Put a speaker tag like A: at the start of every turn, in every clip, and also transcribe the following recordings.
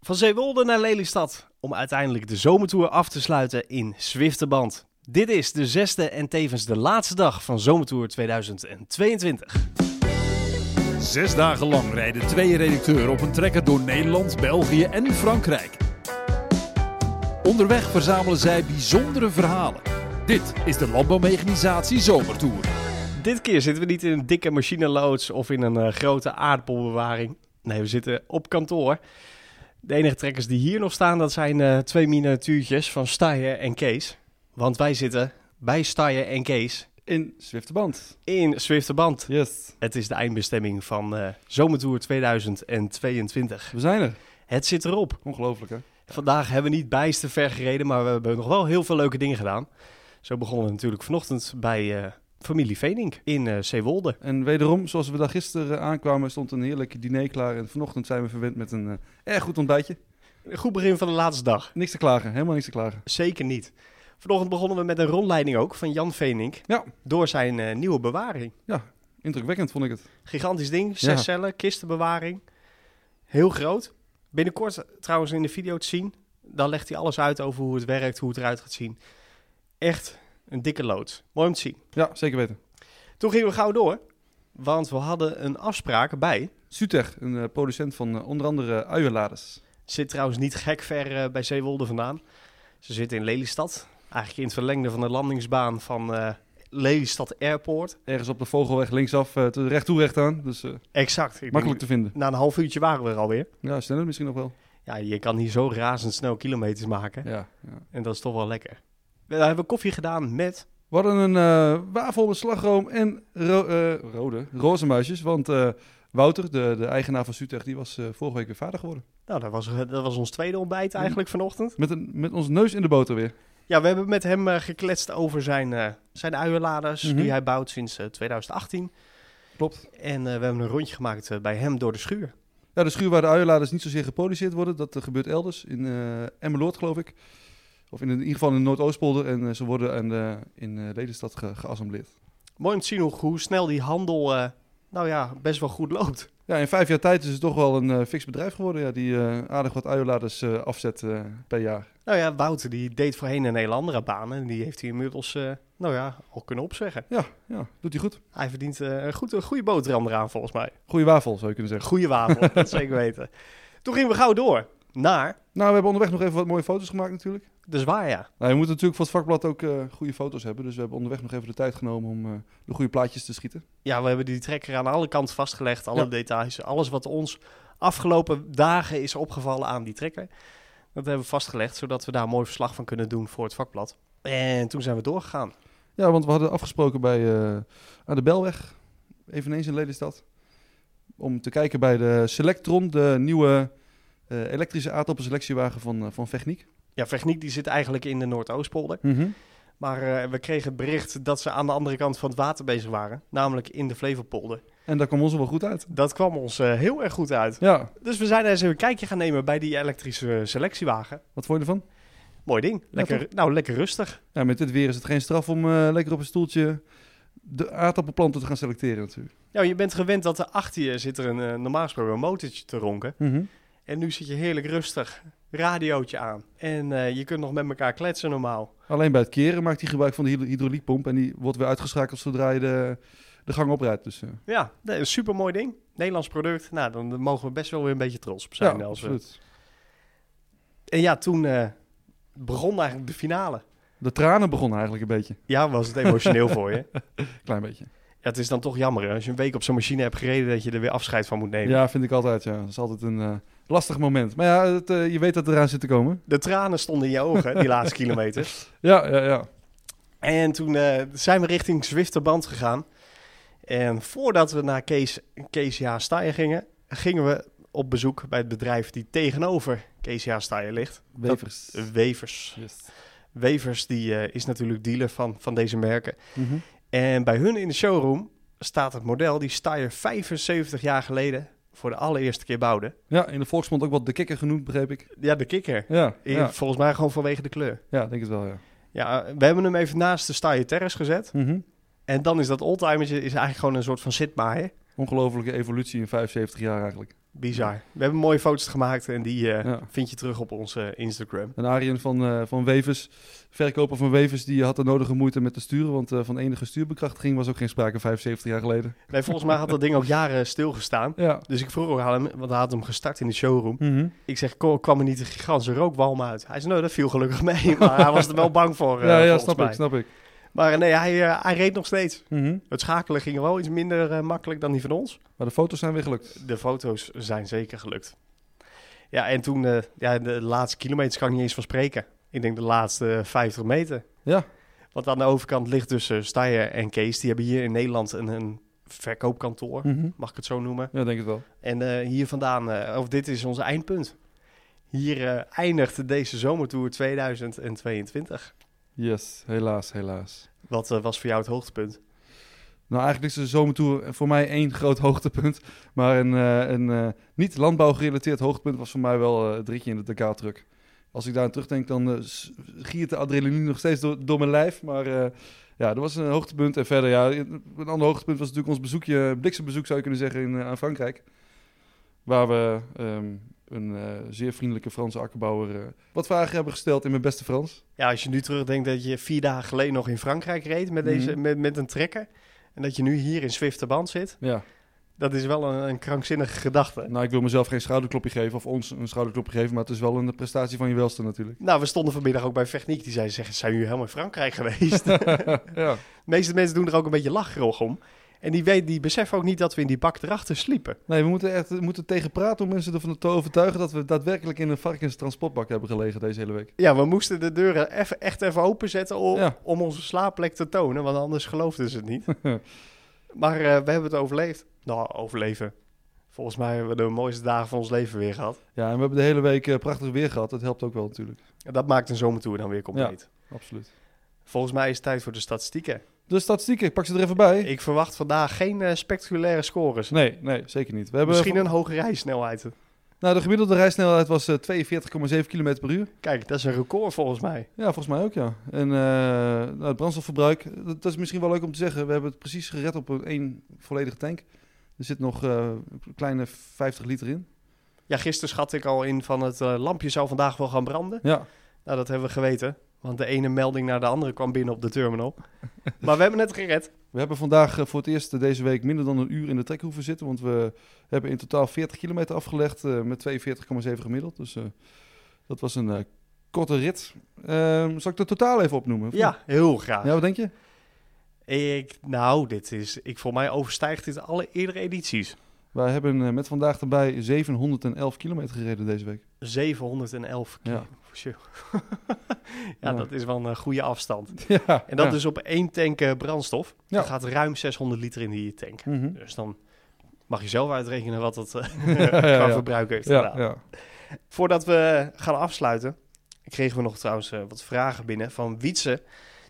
A: Van Zeewolde naar Lelystad om uiteindelijk de zomertour af te sluiten in Zwifterband. Dit is de zesde en tevens de laatste dag van Zomertour 2022.
B: Zes dagen lang rijden twee redacteuren op een trekker door Nederland, België en Frankrijk. Onderweg verzamelen zij bijzondere verhalen. Dit is de Landbouwmechanisatie Zomertour.
A: Dit keer zitten we niet in een dikke machineloods of in een eh, grote aardappelbewaring. Nee, we zitten op kantoor. De enige trekkers die hier nog staan, dat zijn eh, twee miniatuurtjes van Steyer en Kees. Want wij zitten bij Steyer en Kees
C: In Zwifterband.
A: in Zwifterband.
C: Yes.
A: Het is de eindbestemming van eh, Zomertour 2022.
C: We zijn er.
A: Het zit erop.
C: Ongelooflijk hè?
A: Vandaag hebben we niet bijster ver gereden, maar we hebben nog wel heel veel leuke dingen gedaan. Zo begonnen we natuurlijk vanochtend bij eh, familie Venink in eh Zeewolde.
C: En wederom, zoals we daar gisteren aankwamen, stond een heerlijk diner klaar. En vanochtend zijn we verwend met een eh, erg goed ontbijtje.
A: Een goed begin van de laatste dag.
C: Niks te klagen, helemaal niks te klagen.
A: Zeker niet. Vanochtend begonnen we met een rondleiding ook van Jan Venink.
C: Ja.
A: Door zijn eh, nieuwe bewaring.
C: Indrukwekkend vond ik het.
A: Gigantisch ding, zes
C: Ja.
A: cellen, kistenbewaring. Heel groot. Binnenkort eh, trouwens in de video te zien. Dan legt hij alles uit over hoe het werkt, hoe het eruit gaat zien. Echt een dikke lood. Mooi om te zien.
C: Ja, zeker weten.
A: Toen gingen we gauw door, want we hadden een afspraak bij.
C: Sutech, een eh, producent van eh, onder andere uienladers.
A: Zit trouwens niet gek ver eh, bij Zeewolde vandaan. Ze zitten in Lelystad. Eigenlijk in het verlengde van de landingsbaan van eh, Lelystad Airport.
C: Ergens op de Vogelweg linksaf, eh, te- recht toe recht aan. Dus eh,
A: Exact. Ik denk-
C: makkelijk te vinden.
A: Na een half uurtje waren we er alweer.
C: Ja, sneller misschien nog wel.
A: Ja, je kan hier zo razendsnel kilometers maken.
C: Ja, ja.
A: En dat is toch wel lekker. We daar hebben we koffie gedaan met...
C: We hadden een eh, wafel met slagroom en ro- eh, rode, roze muisjes. Want eh, Wouter, de, de eigenaar van Sutech, die was eh, vorige week weer vader geworden.
A: Nou, dat was, dat was ons tweede
C: Mhm.
A: ontbijt eigenlijk vanochtend.
C: Met, een, met ons neus in de boter weer.
A: Ja, we hebben met hem eh, gekletst over zijn, eh, zijn uienladers
C: Mhm.
A: die hij bouwt sinds eh, 2018.
C: Klopt.
A: En eh, we hebben een rondje gemaakt eh, bij hem door de schuur.
C: Ja, de schuur waar de uienladers niet zozeer geproduceerd worden, dat eh, gebeurt elders. In eh Emmeloord, geloof ik. Of in, in ieder geval in Noordoostpolder. En eh, ze worden aan de- in eh Lelystad ge- geassembleerd.
A: Mooi om te zien hoe, hoe snel die handel, eh, nou ja, best wel goed loopt.
C: Ja, in vijf jaar tijd is het toch wel een eh, fix bedrijf geworden. Ja, die eh, aardig wat uienladers eh, afzet eh, per jaar.
A: Nou ja, Wouter die deed voorheen een hele andere baan en die heeft hij inmiddels, eh, nou ja, al kunnen opzeggen.
C: Ja, ja doet hij goed.
A: Hij verdient eh, een goed, een goede boterham eraan volgens mij.
C: Goeie wafel, zou je kunnen
A: Een
C: zeggen.
A: goede wafel, dat zeker weten. Toen gingen we gauw door naar
C: Nou, we hebben onderweg nog even wat mooie foto's gemaakt natuurlijk.
A: de Zwaarja.
C: Nou, je moet natuurlijk voor het vakblad ook eh, goede foto's hebben. Dus we hebben onderweg nog even de tijd genomen om eh, de goede plaatjes te schieten.
A: Ja, we hebben die trekker aan alle kanten vastgelegd, alle
C: Ja.
A: details, alles wat ons afgelopen dagen is opgevallen aan die trekker. Dat hebben we vastgelegd, zodat we daar een mooi verslag van kunnen doen voor het vakblad. En toen zijn we doorgegaan.
C: Ja, want we hadden afgesproken bij, eh, aan de Belweg, eveneens in Lelystad. Om te kijken bij de Selectron, de nieuwe eh, elektrische aardappelselectiewagen van, eh, van Vechniek.
A: Ja, Vechniek die zit eigenlijk in de Noordoostpolder. Maar eh, we kregen het bericht dat ze aan de andere kant van het water bezig waren. Namelijk in de Flevopolder.
C: En daar kwam ons wel goed uit.
A: Dat kwam ons eh, heel erg goed uit.
C: Ja,
A: Dus we zijn daar eens even een kijkje gaan nemen bij die elektrische eh, selectiewagen.
C: wat vond je ervan?
A: Mooi ding. Lekker, nou, lekker rustig.
C: Ja, met dit weer is het geen straf om eh, lekker op een stoeltje de aardappelplanten te gaan selecteren natuurlijk.
A: Nou, je bent gewend dat er achter je zit er een eh, normaal gesproken een motortje te ronken. En nu zit je heerlijk rustig. Radiootje aan. En eh, je kunt nog met elkaar kletsen normaal.
C: Alleen bij het keren maakt hij gebruik van de hydro- hydrauliekpomp en die wordt weer uitgeschakeld zodra je de, de gang oprijdt. Dus, eh,
A: Ja, een super mooi ding. Nederlands product. Nou, dan dan mogen we best wel weer een beetje trots op zijn. als we
C: absoluut.
A: En ja, toen eh, begon eigenlijk de finale.
C: De tranen begonnen eigenlijk een beetje,
A: Ja, was het emotioneel voor je.
C: klein beetje.
A: Ja, het is dan toch jammer hè, als je een week op zo'n machine hebt gereden dat je er weer afscheid van moet nemen.
C: Ja, vind ik altijd. Ja. Dat is altijd een eh, lastig moment. Maar ja, het, eh, je weet dat het eraan zit te komen.
A: De tranen stonden in je ogen die laatste kilometer.
C: Ja, ja, ja.
A: En toen eh, zijn we richting Zwifterband gegaan. En voordat we naar Kees, Kees Ja Staaien gingen, gingen we op bezoek bij het bedrijf die tegenover Kees Ja Staaien ligt.
C: Wevers.
A: Wevers.
C: Yes.
A: Wevers die, eh, is natuurlijk dealer van, van deze merken.
C: Mhm.
A: En bij hun in de showroom staat het model die Steyr 75 jaar geleden voor de allereerste keer bouwde.
C: Ja, in de volksmond ook wat de kikker genoemd, begreep ik.
A: Ja, de kikker.
C: Ja,
A: Hier,
C: ja.
A: Volgens mij gewoon vanwege de kleur.
C: ja denk het wel, ja.
A: Ja, eh, we hebben hem even naast de Steyr Terrace gezet.
C: Mhm.
A: En dan is dat oldtimertje is eigenlijk gewoon een soort van zitmaaier.
C: Ongelofelijke evolutie in 75 jaar eigenlijk.
A: Bizar. We hebben mooie foto's gemaakt en die eh,
C: Ja.
A: vind je terug op onze Instagram.
C: En Arjen van, eh, van Wevers, verkoper van Wevers, die had de nodige moeite met te sturen. Want eh, van enige stuurbekrachtiging was ook geen sprake 75 jaar geleden.
A: Nee, volgens mij had dat ding ook jaren stilgestaan.
C: Ja.
A: Dus ik vroeg ook aan hem, want hij had hem gestart in de showroom.
C: Mhm.
A: Ik zeg, "Ko- kwam er niet een gigantische rookwalm uit? Hij zei, nou, dat viel gelukkig mee. Maar hij was er wel bang voor, eh,
C: Oh, ja, ja,
A: volgens
C: snap
A: mij.
C: ik, snap ik.
A: Maar eh, nee, hij, eh, hij reed nog steeds.
C: Mhm.
A: Het schakelen ging wel iets minder eh, makkelijk dan die van ons.
C: Maar de foto's zijn weer gelukt.
A: De foto's zijn zeker gelukt. Ja, en toen, eh, ja, de laatste kilometers kan ik niet eens van spreken. Ik denk de laatste 50 meter.
C: Ja.
A: Want aan de overkant ligt dus eh Steyer en Kees. Die hebben hier in Nederland een, een verkoopkantoor,
C: Mhm.
A: mag ik het zo noemen.
C: Ja, denk het wel.
A: En eh, hier vandaan, eh, of dit is ons eindpunt. Hier eh, eindigt deze zomertour 2022.
C: Yes, helaas, helaas.
A: Wat eh, was voor jou het hoogtepunt?
C: Nou, eigenlijk is de zomertour voor mij één groot hoogtepunt. Maar een, eh, een eh, niet landbouwgerelateerd hoogtepunt was voor mij wel eh, het ritje in de Dakar-truck. Als ik daar aan terugdenk, dan eh, s- giert de adrenaline nog steeds door, door mijn lijf. Maar eh, ja, dat was een hoogtepunt. En verder, ja, een ander hoogtepunt was natuurlijk ons bezoekje, eh, bliksembezoek zou je kunnen zeggen, in, eh, aan Frankrijk. Waar we ehm, een eh, zeer vriendelijke Franse akkerbouwer eh, wat vragen hebben gesteld in mijn beste Frans.
A: Ja, als je nu terugdenkt dat je vier dagen geleden nog in Frankrijk reed met, deze,
C: Mhm.
A: met, met een trekker. En dat je nu hier in Zwifterband zit.
C: Ja,
A: Dat is wel een, een krankzinnige gedachte.
C: nou ik wil mezelf geen schouderklopje geven of ons een schouderklopje geven, maar het is wel een prestatie van je welste natuurlijk.
A: Nou, we stonden vanmiddag ook bij Techniek. Die zei, zeggen, zijn jullie helemaal in Frankrijk geweest? De
C: ja.
A: meeste mensen doen er ook een beetje lacherig om. En die, weet, die beseffen ook niet dat we in die bak erachter sliepen.
C: Nee, we moeten echt we moeten tegen praten om mensen ervan te overtuigen dat we daadwerkelijk in een varkenstransportbak hebben gelegen deze hele week.
A: Ja, we moesten de deuren effe- echt even openzetten om,
C: Ja.
A: om onze slaapplek te tonen. Want anders geloofden ze het niet. maar eh, we hebben het overleefd. Nou, overleven. Volgens mij hebben we de mooiste dagen van ons leven weer gehad.
C: Ja, en we hebben de hele week eh, prachtig weer gehad. Dat helpt ook wel natuurlijk.
A: En dat maakt een zomertour dan weer compleet.
C: Absoluut.
A: Volgens mij is het tijd voor de statistieken.
C: De statistieken, ik pak ze er even bij.
A: Ik verwacht vandaag geen eh, spectaculaire scores.
C: Nee, nee, zeker niet. We hebben
A: Misschien een hoge rijsnelheid.
C: Nou, de gemiddelde rijsnelheid was eh, 42,7 km per uur.
A: Kijk, dat is een record volgens mij.
C: Ja, volgens mij ook, ja. En eh, nou, het brandstofverbruik, dat, dat is misschien wel leuk om te zeggen. We hebben het precies gered op een één volledige tank. Er zit nog eh, een kleine 50 liter in.
A: Ja, gisteren schat ik al in van het eh, lampje zou vandaag wel gaan branden.
C: Ja,
A: Nou, dat hebben we geweten. Want de ene melding naar de andere kwam binnen op de terminal. maar we hebben het gered.
C: We hebben vandaag eh, voor het eerst eh, deze week minder dan een uur in de trek hoeven zitten. Want we hebben in totaal 40 kilometer afgelegd eh, met 42,7 gemiddeld. Dus eh, dat was een eh, korte rit. Ehm, zal ik de totaal even opnoemen? of
A: Ja, heel
C: niet?
A: graag.
C: Ja, wat denk je?
A: Ik, nou, dit is, ik voor mij overstijgt dit alle eerdere edities.
C: Wij hebben eh, met vandaag erbij 711 kilometer gereden deze week.
A: 711 keer.
C: Ja.
A: Ja, ja. dat is wel een eh, goede afstand.
C: ja.
A: En dat
C: ja.
A: dus op één tank eh, brandstof.
C: Ja.
A: Er gaat ruim 600 liter in die tank.
C: Mhm.
A: Dus dan mag je zelf uitrekenen wat dat eh,
C: ja,
A: qua
C: ja.
A: verbruik heeft
C: Ja,
A: gedaan.
C: ja.
A: Voordat we gaan afsluiten, kregen we nog trouwens eh, wat vragen binnen van Wietse.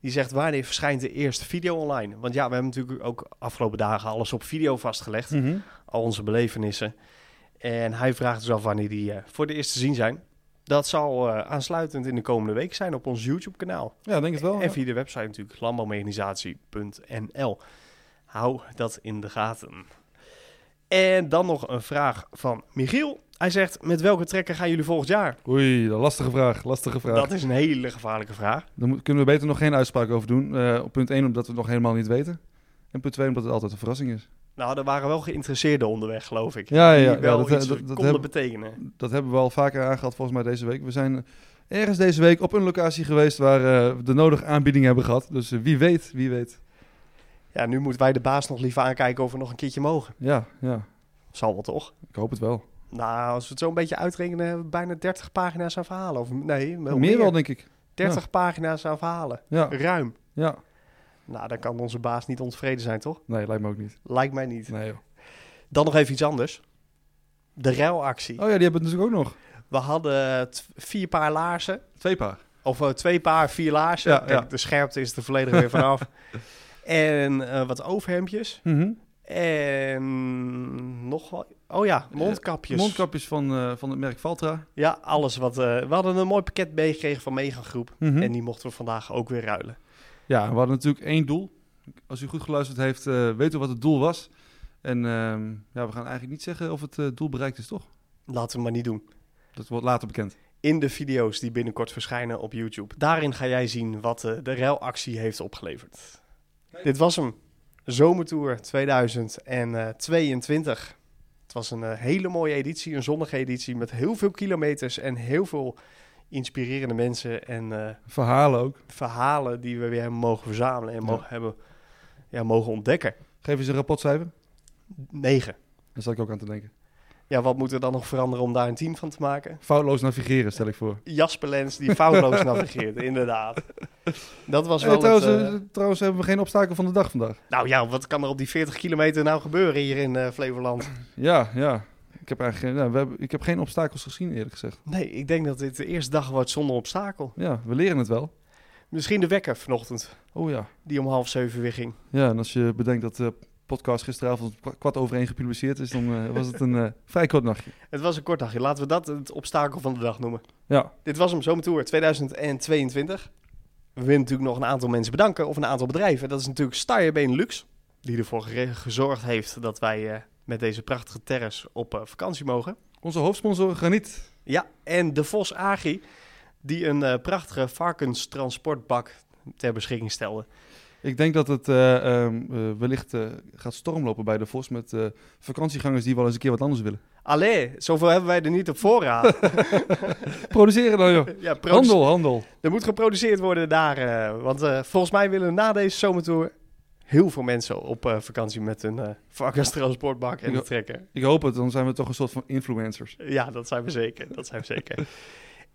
A: Die zegt, wanneer verschijnt de eerste video online? Want ja, we hebben natuurlijk ook afgelopen dagen alles op video vastgelegd.
C: Mhm.
A: Al onze belevenissen. En hij vraagt dus af wanneer die eh, voor de eerste te zien zijn. Dat zal eh, aansluitend in de komende week zijn op ons YouTube-kanaal.
C: ja ik denk het wel.
A: En via de website natuurlijk landbouwmechanisatie.nl. Hou dat in de gaten. En dan nog een vraag van Michiel. Hij zegt, met welke trekker gaan jullie volgend jaar?
C: Oei, lastige vraag, lastige vraag.
A: Dat is een hele gevaarlijke vraag.
C: Daar moet- kunnen we beter nog geen uitspraak over doen. Eh, op punt 1 omdat we het nog helemaal niet weten. En punt 2 omdat het altijd een verrassing is.
A: Nou, er waren wel geïnteresseerden onderweg, geloof ik.
C: Ja, ja, ja.
A: Die wel
C: Ja, dat-
A: iets
C: dat- dat
A: konden
C: hebben-
A: betekenen.
C: Dat hebben we al vaker aangehad volgens mij deze week. We zijn ergens deze week op een locatie geweest waar eh, we de nodige aanbiedingen hebben gehad. Dus eh, wie weet, wie weet.
A: Ja, nu moeten wij de baas nog liever aankijken of we nog een keertje mogen.
C: Ja, ja,
A: Zal wel toch?
C: ik hoop het wel.
A: Nou, als we het zo een beetje uitrekenen, hebben we bijna 30 pagina's aan verhalen. Of nee, wel
C: meer, wel, denk ik.
A: 30 pagina's aan verhalen.
C: Ja,
A: Ruim.
C: ja.
A: Nou, dan kan onze baas niet ontevreden zijn, toch?
C: Nee, lijkt me ook niet.
A: Lijkt mij niet.
C: Nee, joh.
A: Dan nog even iets anders. De ruilactie.
C: Oh ja, die hebben het natuurlijk ook nog.
A: We hadden eh, t- vier paar laarzen.
C: Twee paar.
A: Of eh, twee paar, vier laarzen.
C: Ja,
A: Kijk,
C: ja.
A: de scherpte is er volledig weer vanaf. en eh, wat overhemdjes.
C: Mhm.
A: En nog wel... Oh ja,
C: Eh,
A: mondkapjes.
C: Mondkapjes van, eh, van het merk Valtra.
A: Ja, alles wat... eh, we hadden een mooi pakket meegekregen van Megan Groep.
C: Mhm.
A: En die mochten we vandaag ook weer ruilen.
C: Ja, we hadden natuurlijk één doel. Als u goed geluisterd heeft, eh, weet u wat het doel was. En ehm, ja, we gaan eigenlijk niet zeggen of het eh, doel bereikt is, toch?
A: Laten we maar niet doen.
C: Dat wordt later bekend.
A: In de video's die binnenkort verschijnen op YouTube. Daarin ga jij zien wat eh, de ruilactie heeft opgeleverd. Dit was hem. Zomertour 2022. Het was een eh, hele mooie editie, een zonnige editie met heel veel kilometers en heel veel inspirerende mensen en eh,
C: Verhalen ook.
A: verhalen die we weer hebben mogen verzamelen en
C: Ja.
A: mogen, hebben, ja, mogen ontdekken.
C: Geef eens een rapportcijfer.
A: 9.
C: Daar zat ik ook aan te denken.
A: Ja, wat moet er dan nog veranderen om daar een team van te maken?
C: Foutloos navigeren, stel ik voor.
A: Jasper Lens die foutloos navigeert, inderdaad. Dat was wel
C: Hey, trouwens,
A: het, eh,
C: eh, trouwens hebben we geen obstakel van de dag vandaag.
A: Nou ja, wat kan er op die 40 kilometer nou gebeuren hier in eh, Flevoland?
C: Ja, ja. Ik heb, eigenlijk, geen- nou, we hebben, ik heb geen obstakels gezien, eerlijk gezegd.
A: Nee, ik denk dat dit de eerste dag wordt zonder obstakel.
C: Ja, we leren het wel.
A: Misschien de wekker vanochtend,
C: Oh ja.
A: die om half zeven weer ging.
C: Ja, en als je bedenkt dat de podcast gisteravond om kwa- kwart over één gepubliceerd is, dan eh, was het een eh, vrij kort nachtje.
A: Het was een kort dagje. Laten we dat het obstakel van de dag noemen.
C: Ja,
A: Dit was hem, Zomertour 2022. We willen natuurlijk nog een aantal mensen bedanken, of een aantal bedrijven. Dat is natuurlijk Starje Benelux, die ervoor gere- gezorgd heeft dat wij eh, met deze prachtige terras op eh, vakantie mogen.
C: onze hoofdsponsor Graniet.
A: Ja, en de Vos Agri, die een eh, prachtige varkenstransportbak ter beschikking stelde.
C: Ik denk dat het eh, ehm, eh, wellicht eh, gaat stormlopen bij de Vos met eh, vakantiegangers die wel eens een keer wat anders willen.
A: Allee, zoveel hebben wij er niet op voorraad.
C: Produceren dan, joh.
A: ja, produce-
C: Handel, handel.
A: Er moet geproduceerd worden daar. eh, want eh, volgens mij willen na deze zomertour heel veel mensen op eh, vakantie met een eh varkenstransportbak en
C: Ja.
A: een trekker.
C: Ik hoop het, dan zijn we toch een soort van influencers.
A: Ja, dat zijn we zeker. Dat zijn we zeker.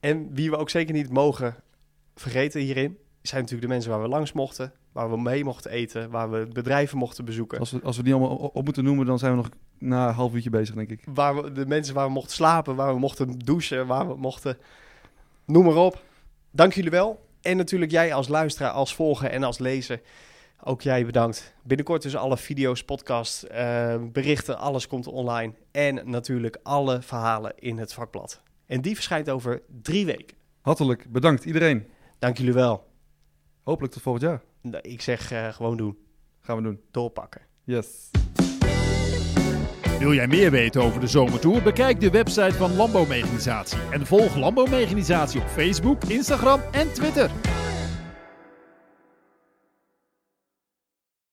A: En wie we ook zeker niet mogen vergeten hierin, zijn natuurlijk de mensen waar we langs mochten, waar we mee mochten eten, waar we bedrijven mochten bezoeken.
C: Als we, als we die allemaal o- op moeten noemen, dan zijn we nog na een half uurtje bezig, denk ik.
A: Waar we, de mensen waar we mochten slapen, waar we mochten douchen, waar we mochten. Noem maar op. Dank jullie wel. En natuurlijk jij als luisteraar, als volger en als lezer. Ook jij bedankt. Binnenkort dus alle video's, podcasts, eh, berichten, alles komt online. En natuurlijk alle verhalen in het vakblad. En die verschijnt over drie weken.
C: Hartelijk bedankt iedereen.
A: Dank jullie wel.
C: Hopelijk tot volgend jaar.
A: Nou, ik zeg eh, gewoon doen.
C: Gaan we doen.
A: Doorpakken.
C: Yes.
B: Wil jij meer weten over de zomertour? Bekijk de website van Landbouwmechanisatie en volg Landbouwmechanisatie op Facebook, Instagram en Twitter.